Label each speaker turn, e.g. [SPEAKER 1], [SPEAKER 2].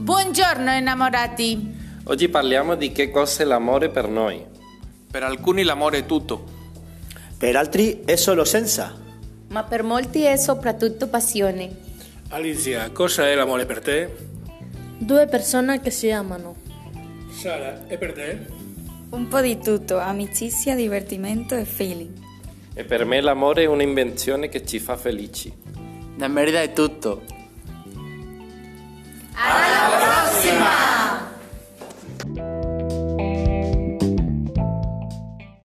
[SPEAKER 1] Buongiorno innamorati!
[SPEAKER 2] Oggi parliamo di che cos'è l'amore per noi.
[SPEAKER 3] Per alcuni l'amore è tutto.
[SPEAKER 4] Per altri è solo senza.
[SPEAKER 5] ma per molti è soprattutto passione.
[SPEAKER 6] Alizia, cosa è l'amore per te?
[SPEAKER 7] Due persone che si amano.
[SPEAKER 6] Sara, è per te?
[SPEAKER 8] Un po' di tutto, amicizia, divertimento e feeling.
[SPEAKER 2] E per me l'amore è un'invenzione che ci fa felici.
[SPEAKER 9] La merda è tutto.
[SPEAKER 1] Alla